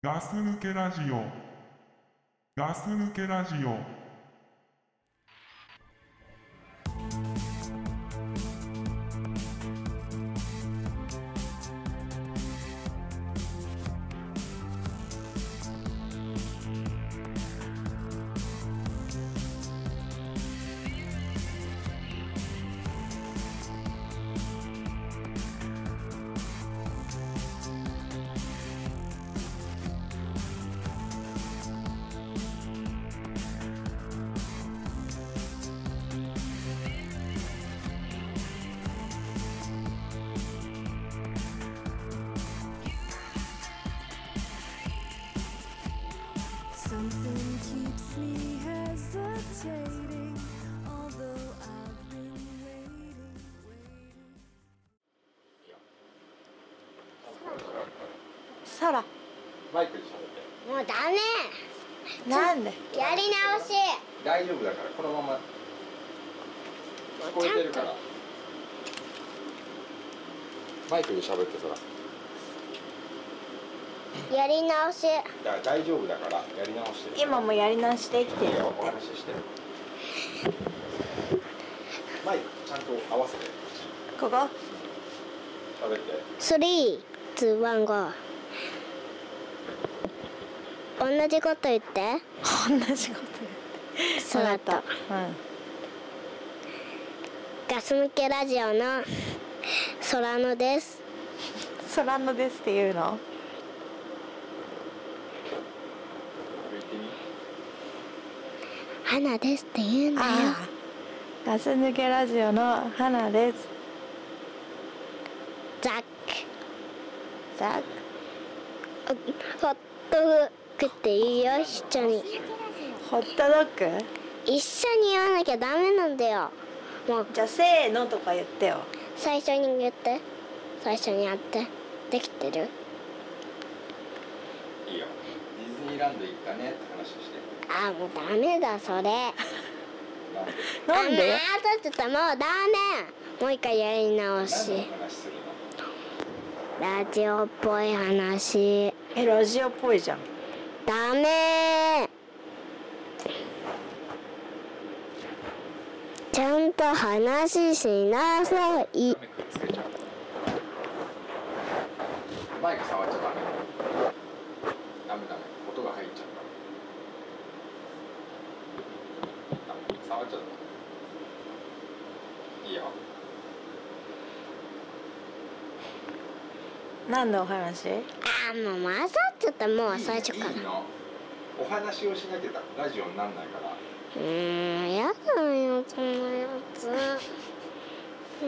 ガス抜けラジオ。ガス抜けラジオ。 Something keeps me hesitating, although I've been waiting, waiting. サラマイクで喋ってもうダメなんでやり直し大丈夫だからこのまま聞こえてるからマイクで喋ってそらやり直しだから大丈夫だからやり直してる今もやり直して生きているいよっおて話ししてマイクちゃんと合わせてここ喋って3 2 1 5同じこと言って同じこと空とガス抜けラジオの空野ですソラノですっていうの言ってみ花ですって言うんだよああガス抜けラジオの花ですザッザクッホットドッグって言うよ一緒にクホットドッグ一緒に言わなきゃダメなんだよもうじゃあせーのとか言ってよ最初に言って最初にやってできてるいいよディズニーランド行ったねって話してあもうダメだなそれんでなんであ当たってたもうダメもう一回やり直し何の話するのラジオっぽい話えラジオっぽいじゃんダメちゃんと話しなさいマイクつけちゃうマイク触っちゃダメダメダメ音が入っちゃうからダメ触っちゃダメいいよ何のお話あもう混ざっちゃったもう最初からいいのお話をしなきゃラジオになんないからうーんやだよこのやつうー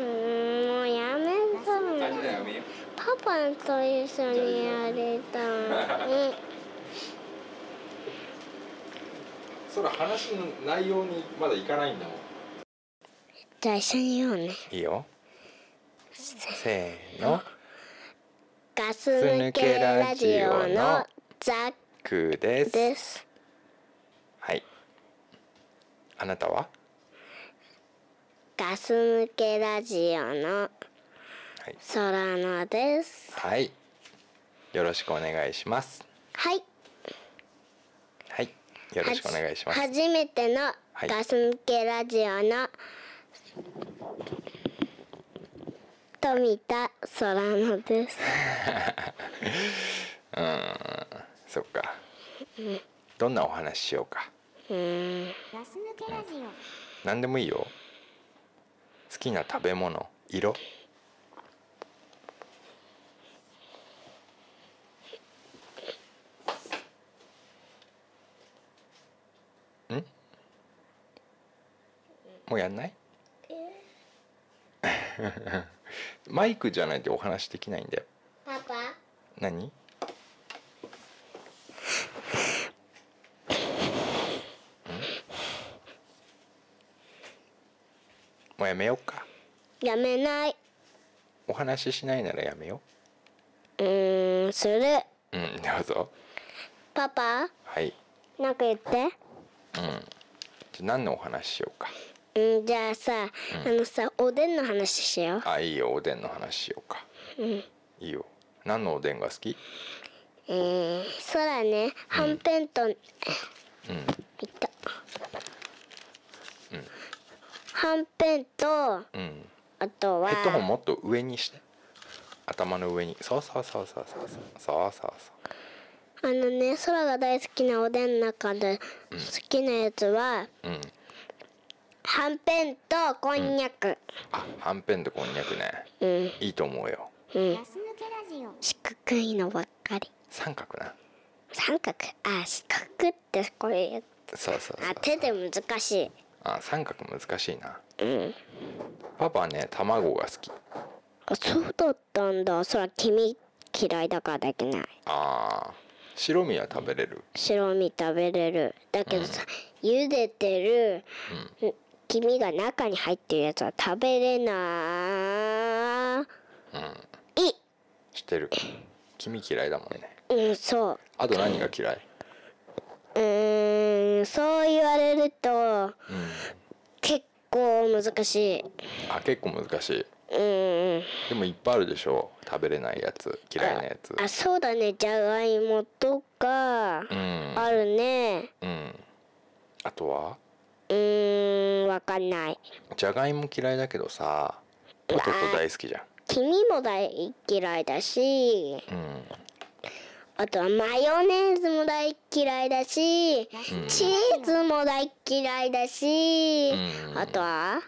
んもうやめた も大ん事だよみパパと一緒にやりたいそれ話の内容にまだいかないんだもんじゃあ一緒に言おうねいいよせーのガス抜けラジオのザックでクです。はいあなたはガス抜けラジオのはい空野です。はい。よろしくお願いします。はい。はい。よろしくお願いします。ははい。じ初めてのはいガス抜けラジオの富田空野です。そっか。どんなお話ししようか。うーん。ガス抜けラジオ。何でもいいよ。好きな食べ物、色、ん？もうやんない？ マイクじゃないとお話できないんだよ。パパ、何もうやめようかやめない。お話ししないならやめようーん、する。ううんどうぞパパ、はいなんか言って。じゃあ何のお話ししようかうん、じゃあさ、あのさ、おでんの話しよう。あいいよおでんの話しようか、いいよ何のおでんが好きえうんそうだねはんぺんと、いうんった、はんぺんとあうんとはヘッドホンもっと上にして頭の上にそうそうそうそうそうそうそうそうあのね空が大好きなおでんの中で好きなやつは、そううんはんぺんとこんにゃくあはんぺんとこんにゃくねうんいいと思うようんガス抜けラジオ四角いのばっかり三角な三角あ四角ってこれやそうそうそうあ手で難しあ三角難しいないうんパパね卵が好きあそうだったんだそら君嫌いだからできないあー白身は食べれる白身食べれるだけどさ、茹でてる、黄身が中に入ってるやつは食べれなうんい知ってる君嫌いだもんねうんそうあと何が嫌いうーんそう言われるとうん結構難しいあ結構難しいうんうんでもいっぱいあるでしょ食べれないやつ嫌いなやつあそうだねじゃがいもとかうんあるねうんあとはうーんわかんないじゃがいも嫌いだけどさポテト大好きじゃん黄身も大嫌いだしうんあとはマヨネーズも大嫌いだし、チーズも大嫌いだし、うんあとは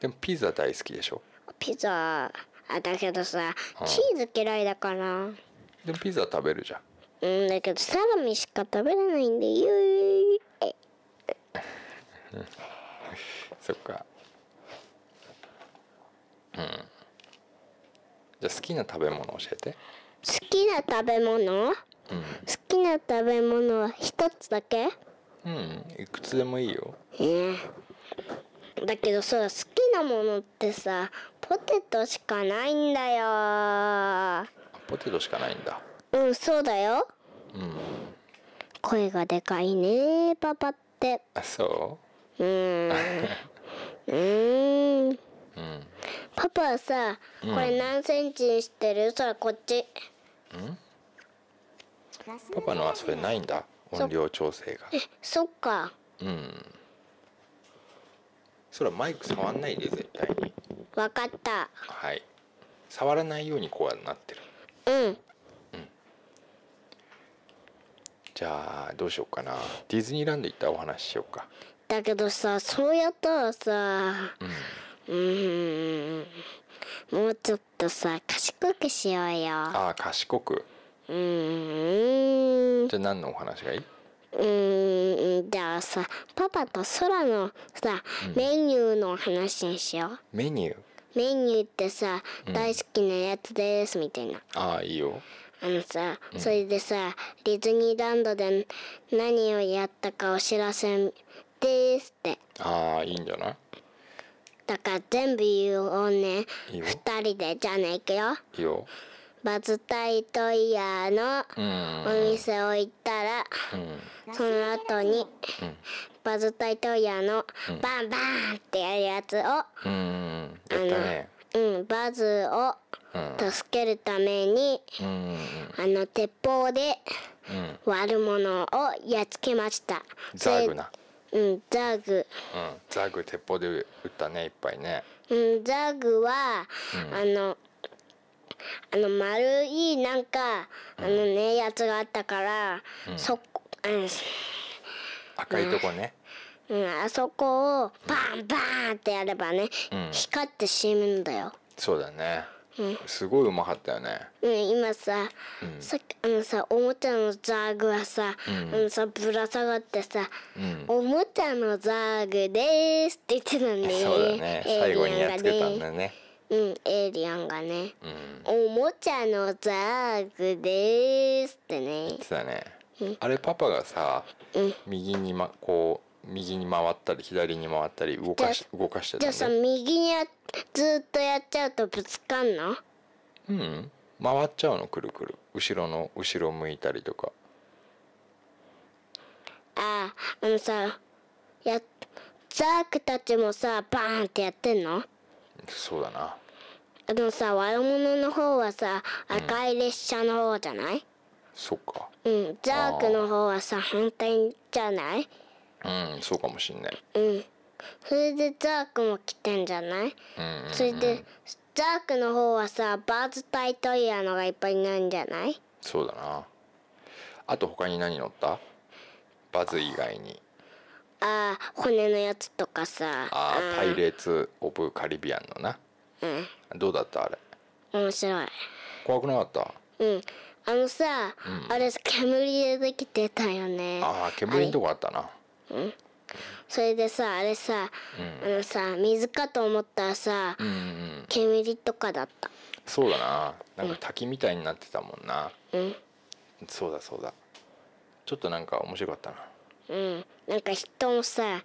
でもピザ大好きでしょピザあだけどさうんチーズ嫌いだからでもピザ食べるじゃんうんだけどサラミしか食べれないんでゆいえそっかうんじゃあ好きな食べ物教えて好きな食べ物う好きな食べ物は一つだけん、うん、いくつでもいいよええだけどさ好きなものってさポテトしかないんだよあポテトしかないんだうんそうだようん声がでかいねパパってあそうーんうーんううんパパはさこれ何センチにしてるそらこっちガス抜けパパのはそれないんだ音量調整がそっかうんそらマイク触んないで絶対にわかったはい触らないようにこうなってるうんじゃあどうしようかなディズニーランド行ったお話ししようかだけどさそうやったらさうんうーんもうちょっとさ賢くしようよああ賢くうーんうじゃあ何のお話がいいーんじゃあさパパと空のさメニューの話にしようメニューメニューってさ、大好きなやつですみたいなああいいよあのさ、それでさディズニーランドで何をやったかお知らせですってああいいんじゃないだから全部言おうねいいよ二人でじゃあねいくよいいよバズ・タイトイヤーのうんお店を行ったら、うんその後に、うんバズ・タイトイヤーのバンバンってやるやつを、うんやったねうん、バズをうん助けるためにうんあの鉄砲でうんうん悪者をやっつけましたザーグなそれうんザグうんザーグ鉄砲で撃ったねいっぱいねうんザグは、あのあの丸いなんかあのねやつがあったから、そこう赤いとこねん、うん、あそこをバンバンってやればね、うん光って死ぬんだよそうだねすごいうまかったよねうん、今さ、さっきあのさおもちゃのザーグはさ、あのさぶら下がってさ、うんおもちゃのザーグでーすって言ってたんだよね。そうだねエイ最リア後ンにやっつけたんがだね。ねうん、エイリアンがね。うんおもちゃのザーグでーすってね。そうだねあれパパがさ右にまこう右に回ったり左に回ったり動かし動かしてじゃあたさんだ右にやずーっとやっちゃうとぶつかんのうん回っちゃうのくるくる後ろの後ろ向いたりとかあーあのさやザーグたちもさバーンってやってんのそうだなでもさ悪者の方はさ赤い列車の方じゃない、そっかうんザークの方はさ反対じゃないうんそうかもしんないうんそれでザークも来てんじゃないうんうんそれでザークの方はさバーズタイトイヤーのがいっぱいいないんじゃないそうだなあと他に何乗ったバズ以外にあー骨のやつとかさあーパイレーツ・オブ・カリビアンのなうんどうだったあれ面白い怖くなかったうんあのさ、あれさ煙でできてたよねああ煙のとこあったなそれでさあれさ、あのさ水かと思ったらさ、うんうん煙とかだったそうだななんか滝みたいになってたもんなうんそうだそうだちょっとなんか面白かったうんなんか人もさなうん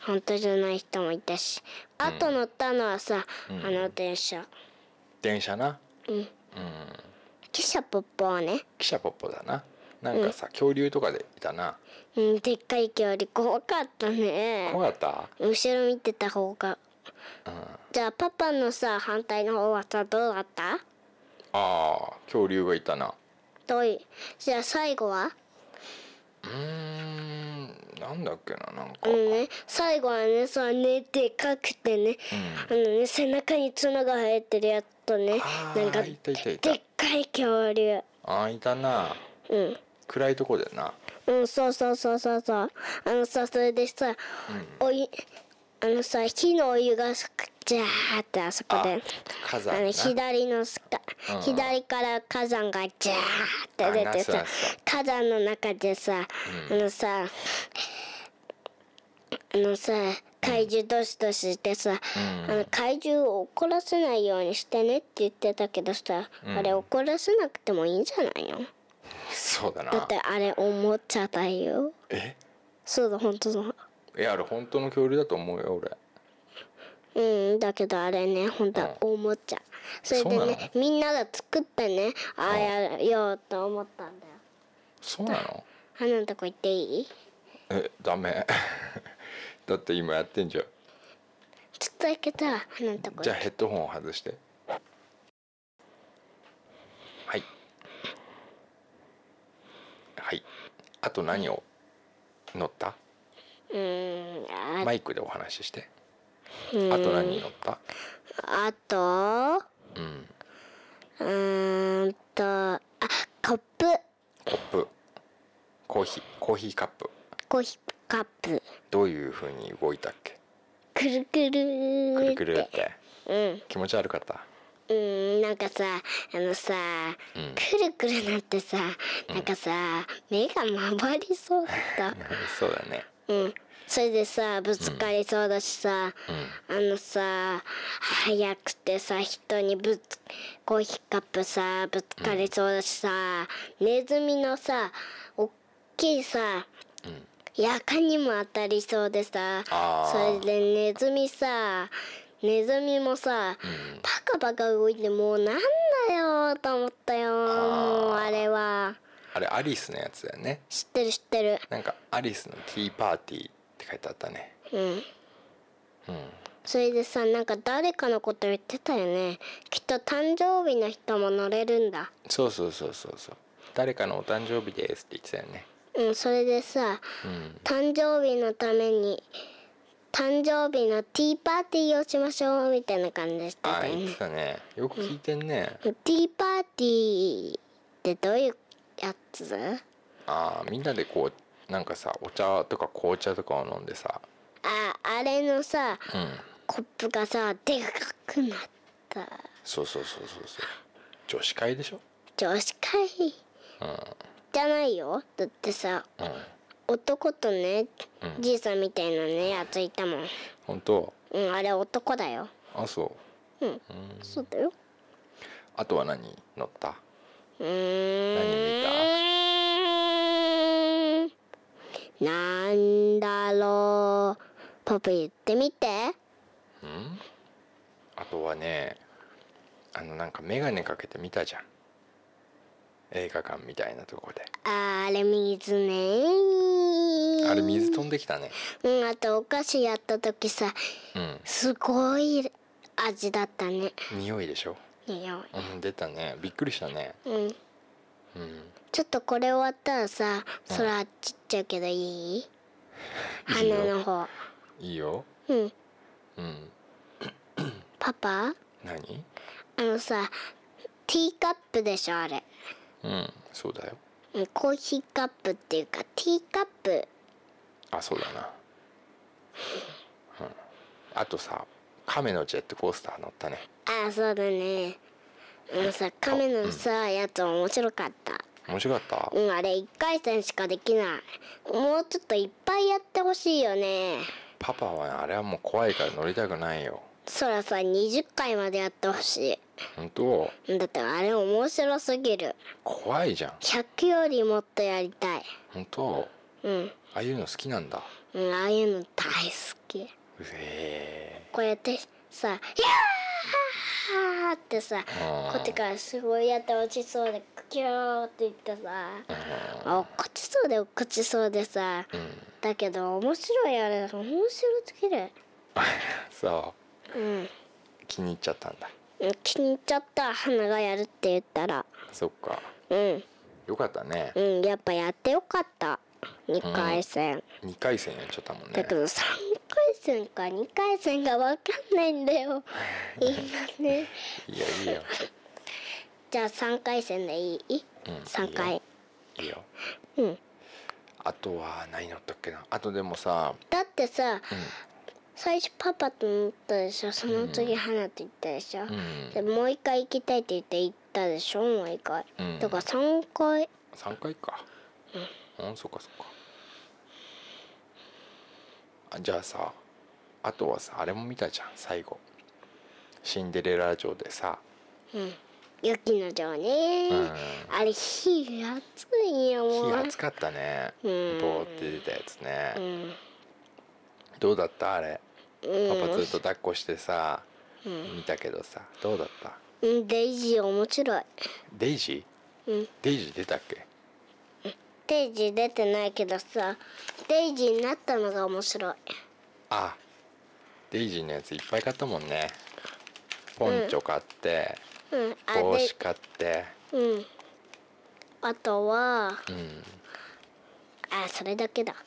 本当じゃない人もいたしあと乗ったのはさ、あの電車電車な汽車ポッポはね、汽車ポッポだななんかさ、恐竜とかでいたなうん、でっかい距離怖かったね怖かっ後ろ見てた方がた、うん、あじゃあパパのさ反対の方はさどうだったあ恐竜がいたなどういじゃあ最後はうーんなんだっけななんあか、のね最後はねそうねでかくてね、あのね背中に角が生えてるやつとねあーなんかいたいたいたでっかい恐竜ああいたなうん暗いとこでなうんそうそうそうそうそうあのさそれでさ、おいあのさ火のお湯がさジャーってあそこあで。火あ山のな左のすか、うん左から火山がジャーって出てあさなそうそう火山の中でさ、あのさあのさ怪獣どしどしってさ、あの怪獣を怒らせないようにしてねって言ってたけどさ、あれ怒らせなくてもいいんじゃないのそうだなだってあれおもちゃだよえそうだ本当だいやあれ本当の恐竜だと思うよ俺うんだけどあれね本当はおもちゃ、それでそうなねみんなが作ってねああやようと思ったんだよそうなの花のとこ行っていいえダメ だって今やってんじゃんちょっとだけさ花のとこじ行ゃあってヘッドホンを外してはいはいあと何を乗ったうーんあ,、マイクでお話ししてうんあと何に乗ったあとうんうーんとあコップコップコーヒーコーヒーカップコーヒーカップどういう風に動いたっけくるくくるーるってくるってうん気持ち悪かったうんなんかさあのさ、うん くるくるなってさなんかさ、目が回りそうだったそうだねうん、それでさぶつかりそうだしさ、あのさ速くてさ人にぶつコーヒーカップさぶつかりそうだしさ、ネズミのさおっきいさ、やかにも当たりそうでさあそれーでネズミさネズミもさ、パカパカ動いてもうなんだよと思ったよもうあれはあれアリスのやつだよね知ってる知ってるなんかアリスのティーパーティーって書いてあったねうんそれでさなんか誰かのこと言ってたよねきっと誕生日の人も乗れるんだそうそうそうそうそう誰かのお誕生日ですって言ってたよねうんそれでさうん誕生日のために誕生日のティーパーティーをしましょうみたいな感じでしてあたーよ言っねてたねよく聞いてんねティーパーティーってどういうやつあーみんなでこうなんかさお茶とか紅茶とかを飲んでさああれのさうんコップがさでかくなったそうそうそうそうそう女子会でしょ女子会じゃないよだってさうんうん男とね、じいさんみたいなねやついたもん、本当うん、あれ男だよあそうそうだよあとは何乗ったうーんなんだろうパパ言ってみてあとはねあのなんか眼鏡かけて見たじゃん映画館みたいなとこであーあれ水ねあれ水飛んできたねうんあとお菓子やった時さうんすごい味だったね匂いでしょ匂いうん出たねびっくりしたねうんちょっとこれ終わったらさ空ちっちゃいけどいいいい花よの方いいようんうんパパ何あのさティーカップでしょあれうんそうだようんコーヒーカップっていうかティーカップあそうだな、うん、あとさ亀のジェットコースター乗ったねああそうだねあのさ亀のさやつ面白かった面白かったうんあれ1回戦しかできないもうちょっといっぱいやってほしいよねパパはあれはもう怖いから乗りたくないよそらさ20回までやってほし本当いだってあれ面白すぎる怖いじゃん100よりもっとやりたい本当うん、ああいうの好きなんだうん、ああいうの大好きうえこうやってさ「やー!」ってさうんこっちからすごいやって落ちそうで「キョー」って言ってさ落っこちそうで落っこちそうでさうんだけど面白いあれ面白すぎるそうんう気に入っちゃったんだうん気に入っちゃった花がやるって言ったらそっかうんよかったねうんやっぱやってよかった2回戦、 2回戦やっちゃったもんだねけど3回戦か2回戦が分かんないんだ よ今ねいやいいよじゃあ3回戦でいい、うん3回いいよいいようんあとは何乗ったっけなあとでもさだってさ、最初パパと思ったでしょその次花って言ったでしょ、んでもう一回行きたいって言って行ったでしょもう一回、うんだから3回3回かうんそっかそっかあじゃあさあとはさあれも見たじゃん最後シンデレラ城でさ雪の城ね、うんあれ火熱いよも火う熱かったねボんーって出たやつね、んどうだったあれパパずっと抱っこしてさ、見たけどさどうだったうんデイジー面白いデイジー、デイジー出たっけデイジー出てないけどさデイジーになったのが面白いあデイジーのやついっぱい買ったもんねポンチョ買って、うんあ帽で子買ってうんあとはうんあそれだけだあ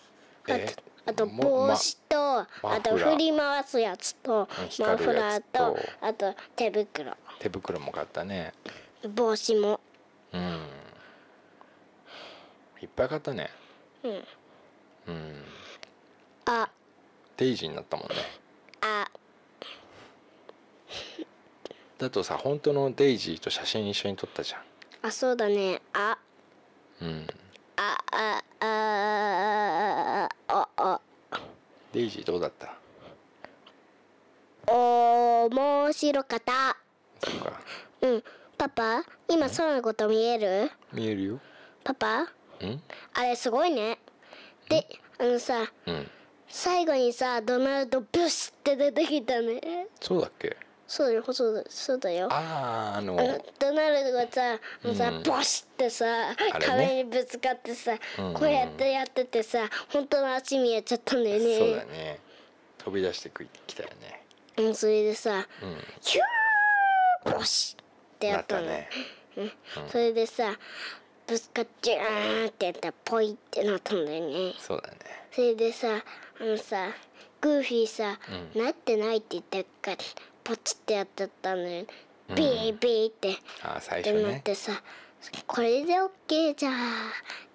えとあとも帽子と、マあとマフラー振り回すやつとうんマ光フるやラーつととあと手袋手袋も買ったね帽子もうんいっぱい買ったねうんうんあデイジーになったもんねあだとさ本当のデイジーと写真一緒に撮ったじゃんあそうだねあうんあああああデイジーどうだったあお面白かったそうかうんパパ今空のこと見える見えるよパパうんあれすごいねであのさうん最後にさドナルドブスって出てきたねそうだっけそうだよそうだそうだよあああのあのドナルドがさ、あのさボシってさ、あれね壁にぶつかってさ、んこうやってやっててさ本当の足見えちゃったんだよねそうだね飛び出してくきたよねうんそれでさ、ヒューボシってやなっったたのねそれでさぶつかっちゃーってやったらポイってなったんだよねそうだねそれでさあのさグーフィーさ、なってないって言ったからポチってやっちゃったのよビービーって。ああ最って初なっねてさ、これでオッケーじゃあ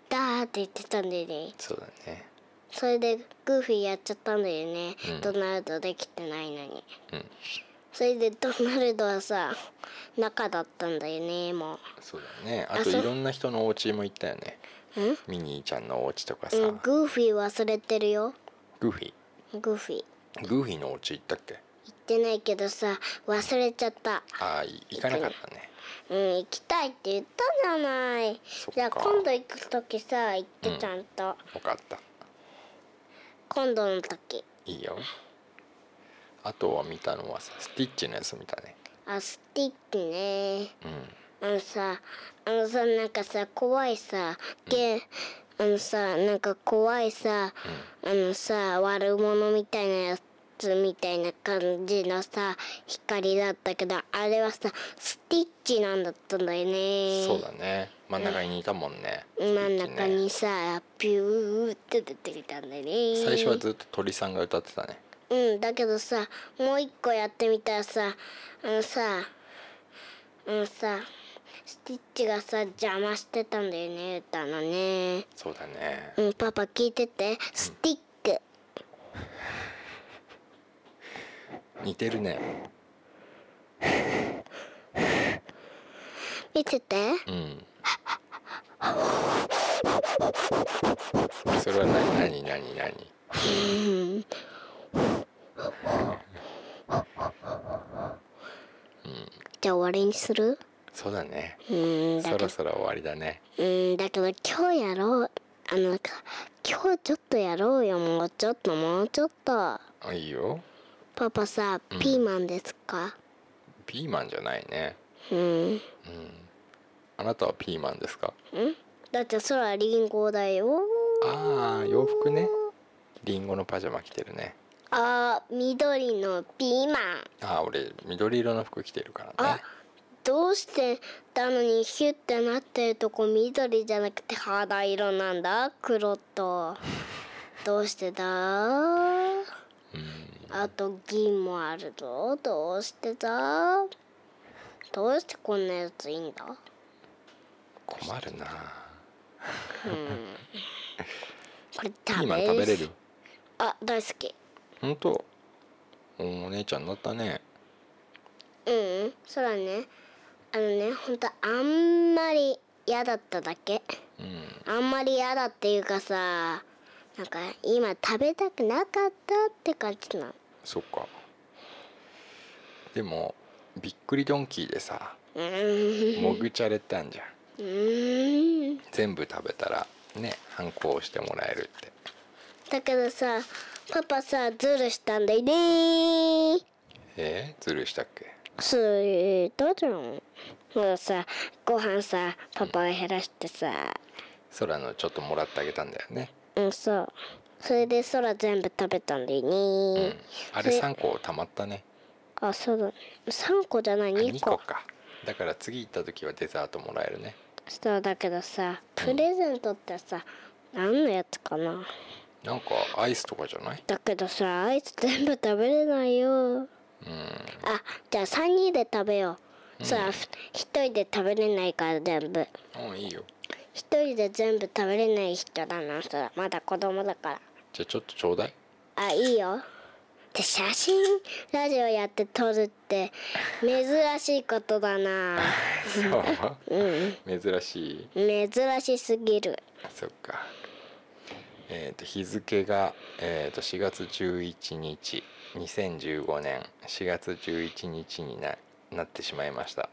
だーって言ってたんだよねそうだねそれでグーフィーやっちゃったんだよね、ドナルドできてないのに、うんそれでドナルドはさ中だったんだよねもそうだねあとあいそうろんな人のお家も行ったよねんミニーちゃんのお家とかう、さうん、グーフィー忘れてるよグーフィグーフィーーグーフィーのお家行ったっけ言ってないけどさ忘れちゃったああ行かなかったねうん行きたいって言ったじゃないそっかじゃあ今度行く時さ行ってちゃんと、分かった今度の時いいよあとは見たのはさスティッチのやつ見たねあスティッキねうんあのさあのさなんかさ怖いさゲあのさなんか怖いさ、あのさ悪者みたいなやつみたいな感じのさ光だったけどあれはさスティッチなんだったんだよねそうだね真ん中にいたもんね真ん中一匹ねにさピューって出てきたんだね最初はずっと鳥さんが歌ってたねうんだけどさもう一個やってみたらさあのさあのさスティッチがさ邪魔してたんだよね歌のねそうだねうんパパ聞いててスティック似てるね見ててうんそれは何何何何じゃあ終わりにするそうだねうんそだけどろそろ終わりだねうんだけど今日やろうあのか今日ちょっとやろうよもうちょっともうちょっとあいいよパパさピーマンですかピーマンじゃないねうんあなたはピーマンですかだってそらリンゴだよああ洋服ねリンゴのパジャマ着てるねあー緑のピーマンああ俺緑色の服着てるからあねどうしてなのにヒュってなってるとこ緑じゃなくて肌色なんだ黒とどうしてだあと銀もあるぞどうしてだどうしてこんなやついいんだ困るなこれピ食ーべマンれ食るべれるあ大好きほんとおお姉ちゃんになったねうんそらねあのねほんとあんまり嫌だっただけうんあんまり嫌だっていうかさなんか今食べたくなかったって感じなのそっかでもびっくりドンキーでさうーんもぐちゃれたんじゃんうーん全部食べたらね反抗してもらえるってだけどさパパさズルしたんだよねえー、ずるしたっけそれどうじゃんほらさご飯さパパが減らしてさ空のちょっともらってあげたんだよねうんそうそれで空全部食べたんだよね、あれで3個たまったねあそうだ3個じゃないあ2 2個個かだから次行った時はデザートもらえるねそうだけどさプレゼントってさ何のやつかななんかアイスとかじゃないだけどさアイス 全部食べれないよあじゃあ3人で食べようさあ1人で食べれないから全部うんいいよ1人で全部食べれない人だなそらまだ子供だからじゃあちょっとちょうだ いあいいよで写真ラジオやって撮るって珍しいことだなそう珍しい珍しすぎるそっかえー、と日付が、えー、と4月11日2015年4月11日にななってしまいました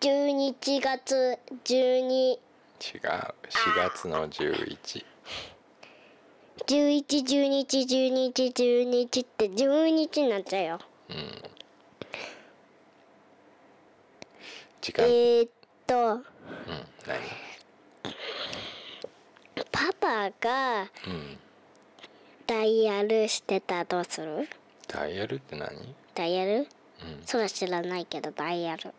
11月12違う4月の11 11、12日、12日、12日って12日になっちゃうよ。時え間、ー、っと、うん何パパがうんダイヤルしてたらどうするダイヤルって何ダイヤル、そら知らないけどダイヤル。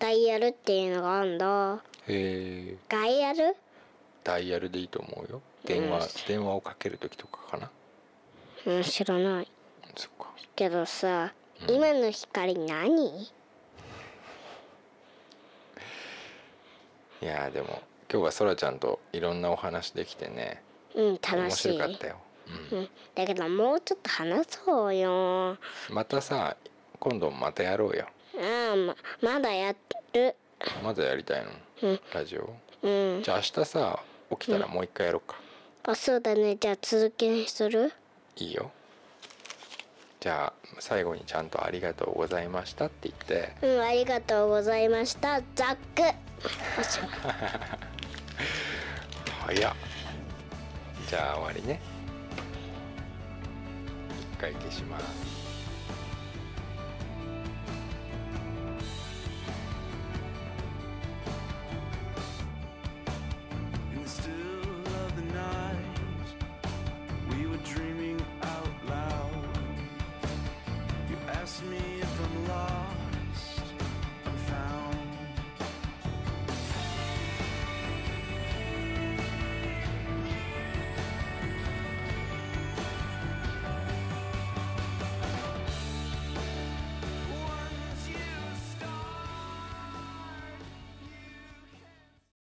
ダイヤルっていうのがあんだ。えー、ガイヤルダイヤルでいいと思うよ電話、電話をかける時とかかなうん、知らない。そっかけどさ、今の光何いやーでも今日はそらちゃんといろんなお話できてねうん、面楽し白い。かったよ、うんうん、だけどもうちょっと話そうよ。またさ今度またやろうよああ、ままだやる。まだやりたいの、ラジオうん。じゃあ明日さ起きたらもう一回やろうか、あそうだねじゃあ続きにするいいよじゃあ最後にちゃんと「ありがとうございました」って言ってうんありがとうございましたザックおしまい早っじゃあ終わりね一回消します In the still of the night, we were dreaming out loud. You asked me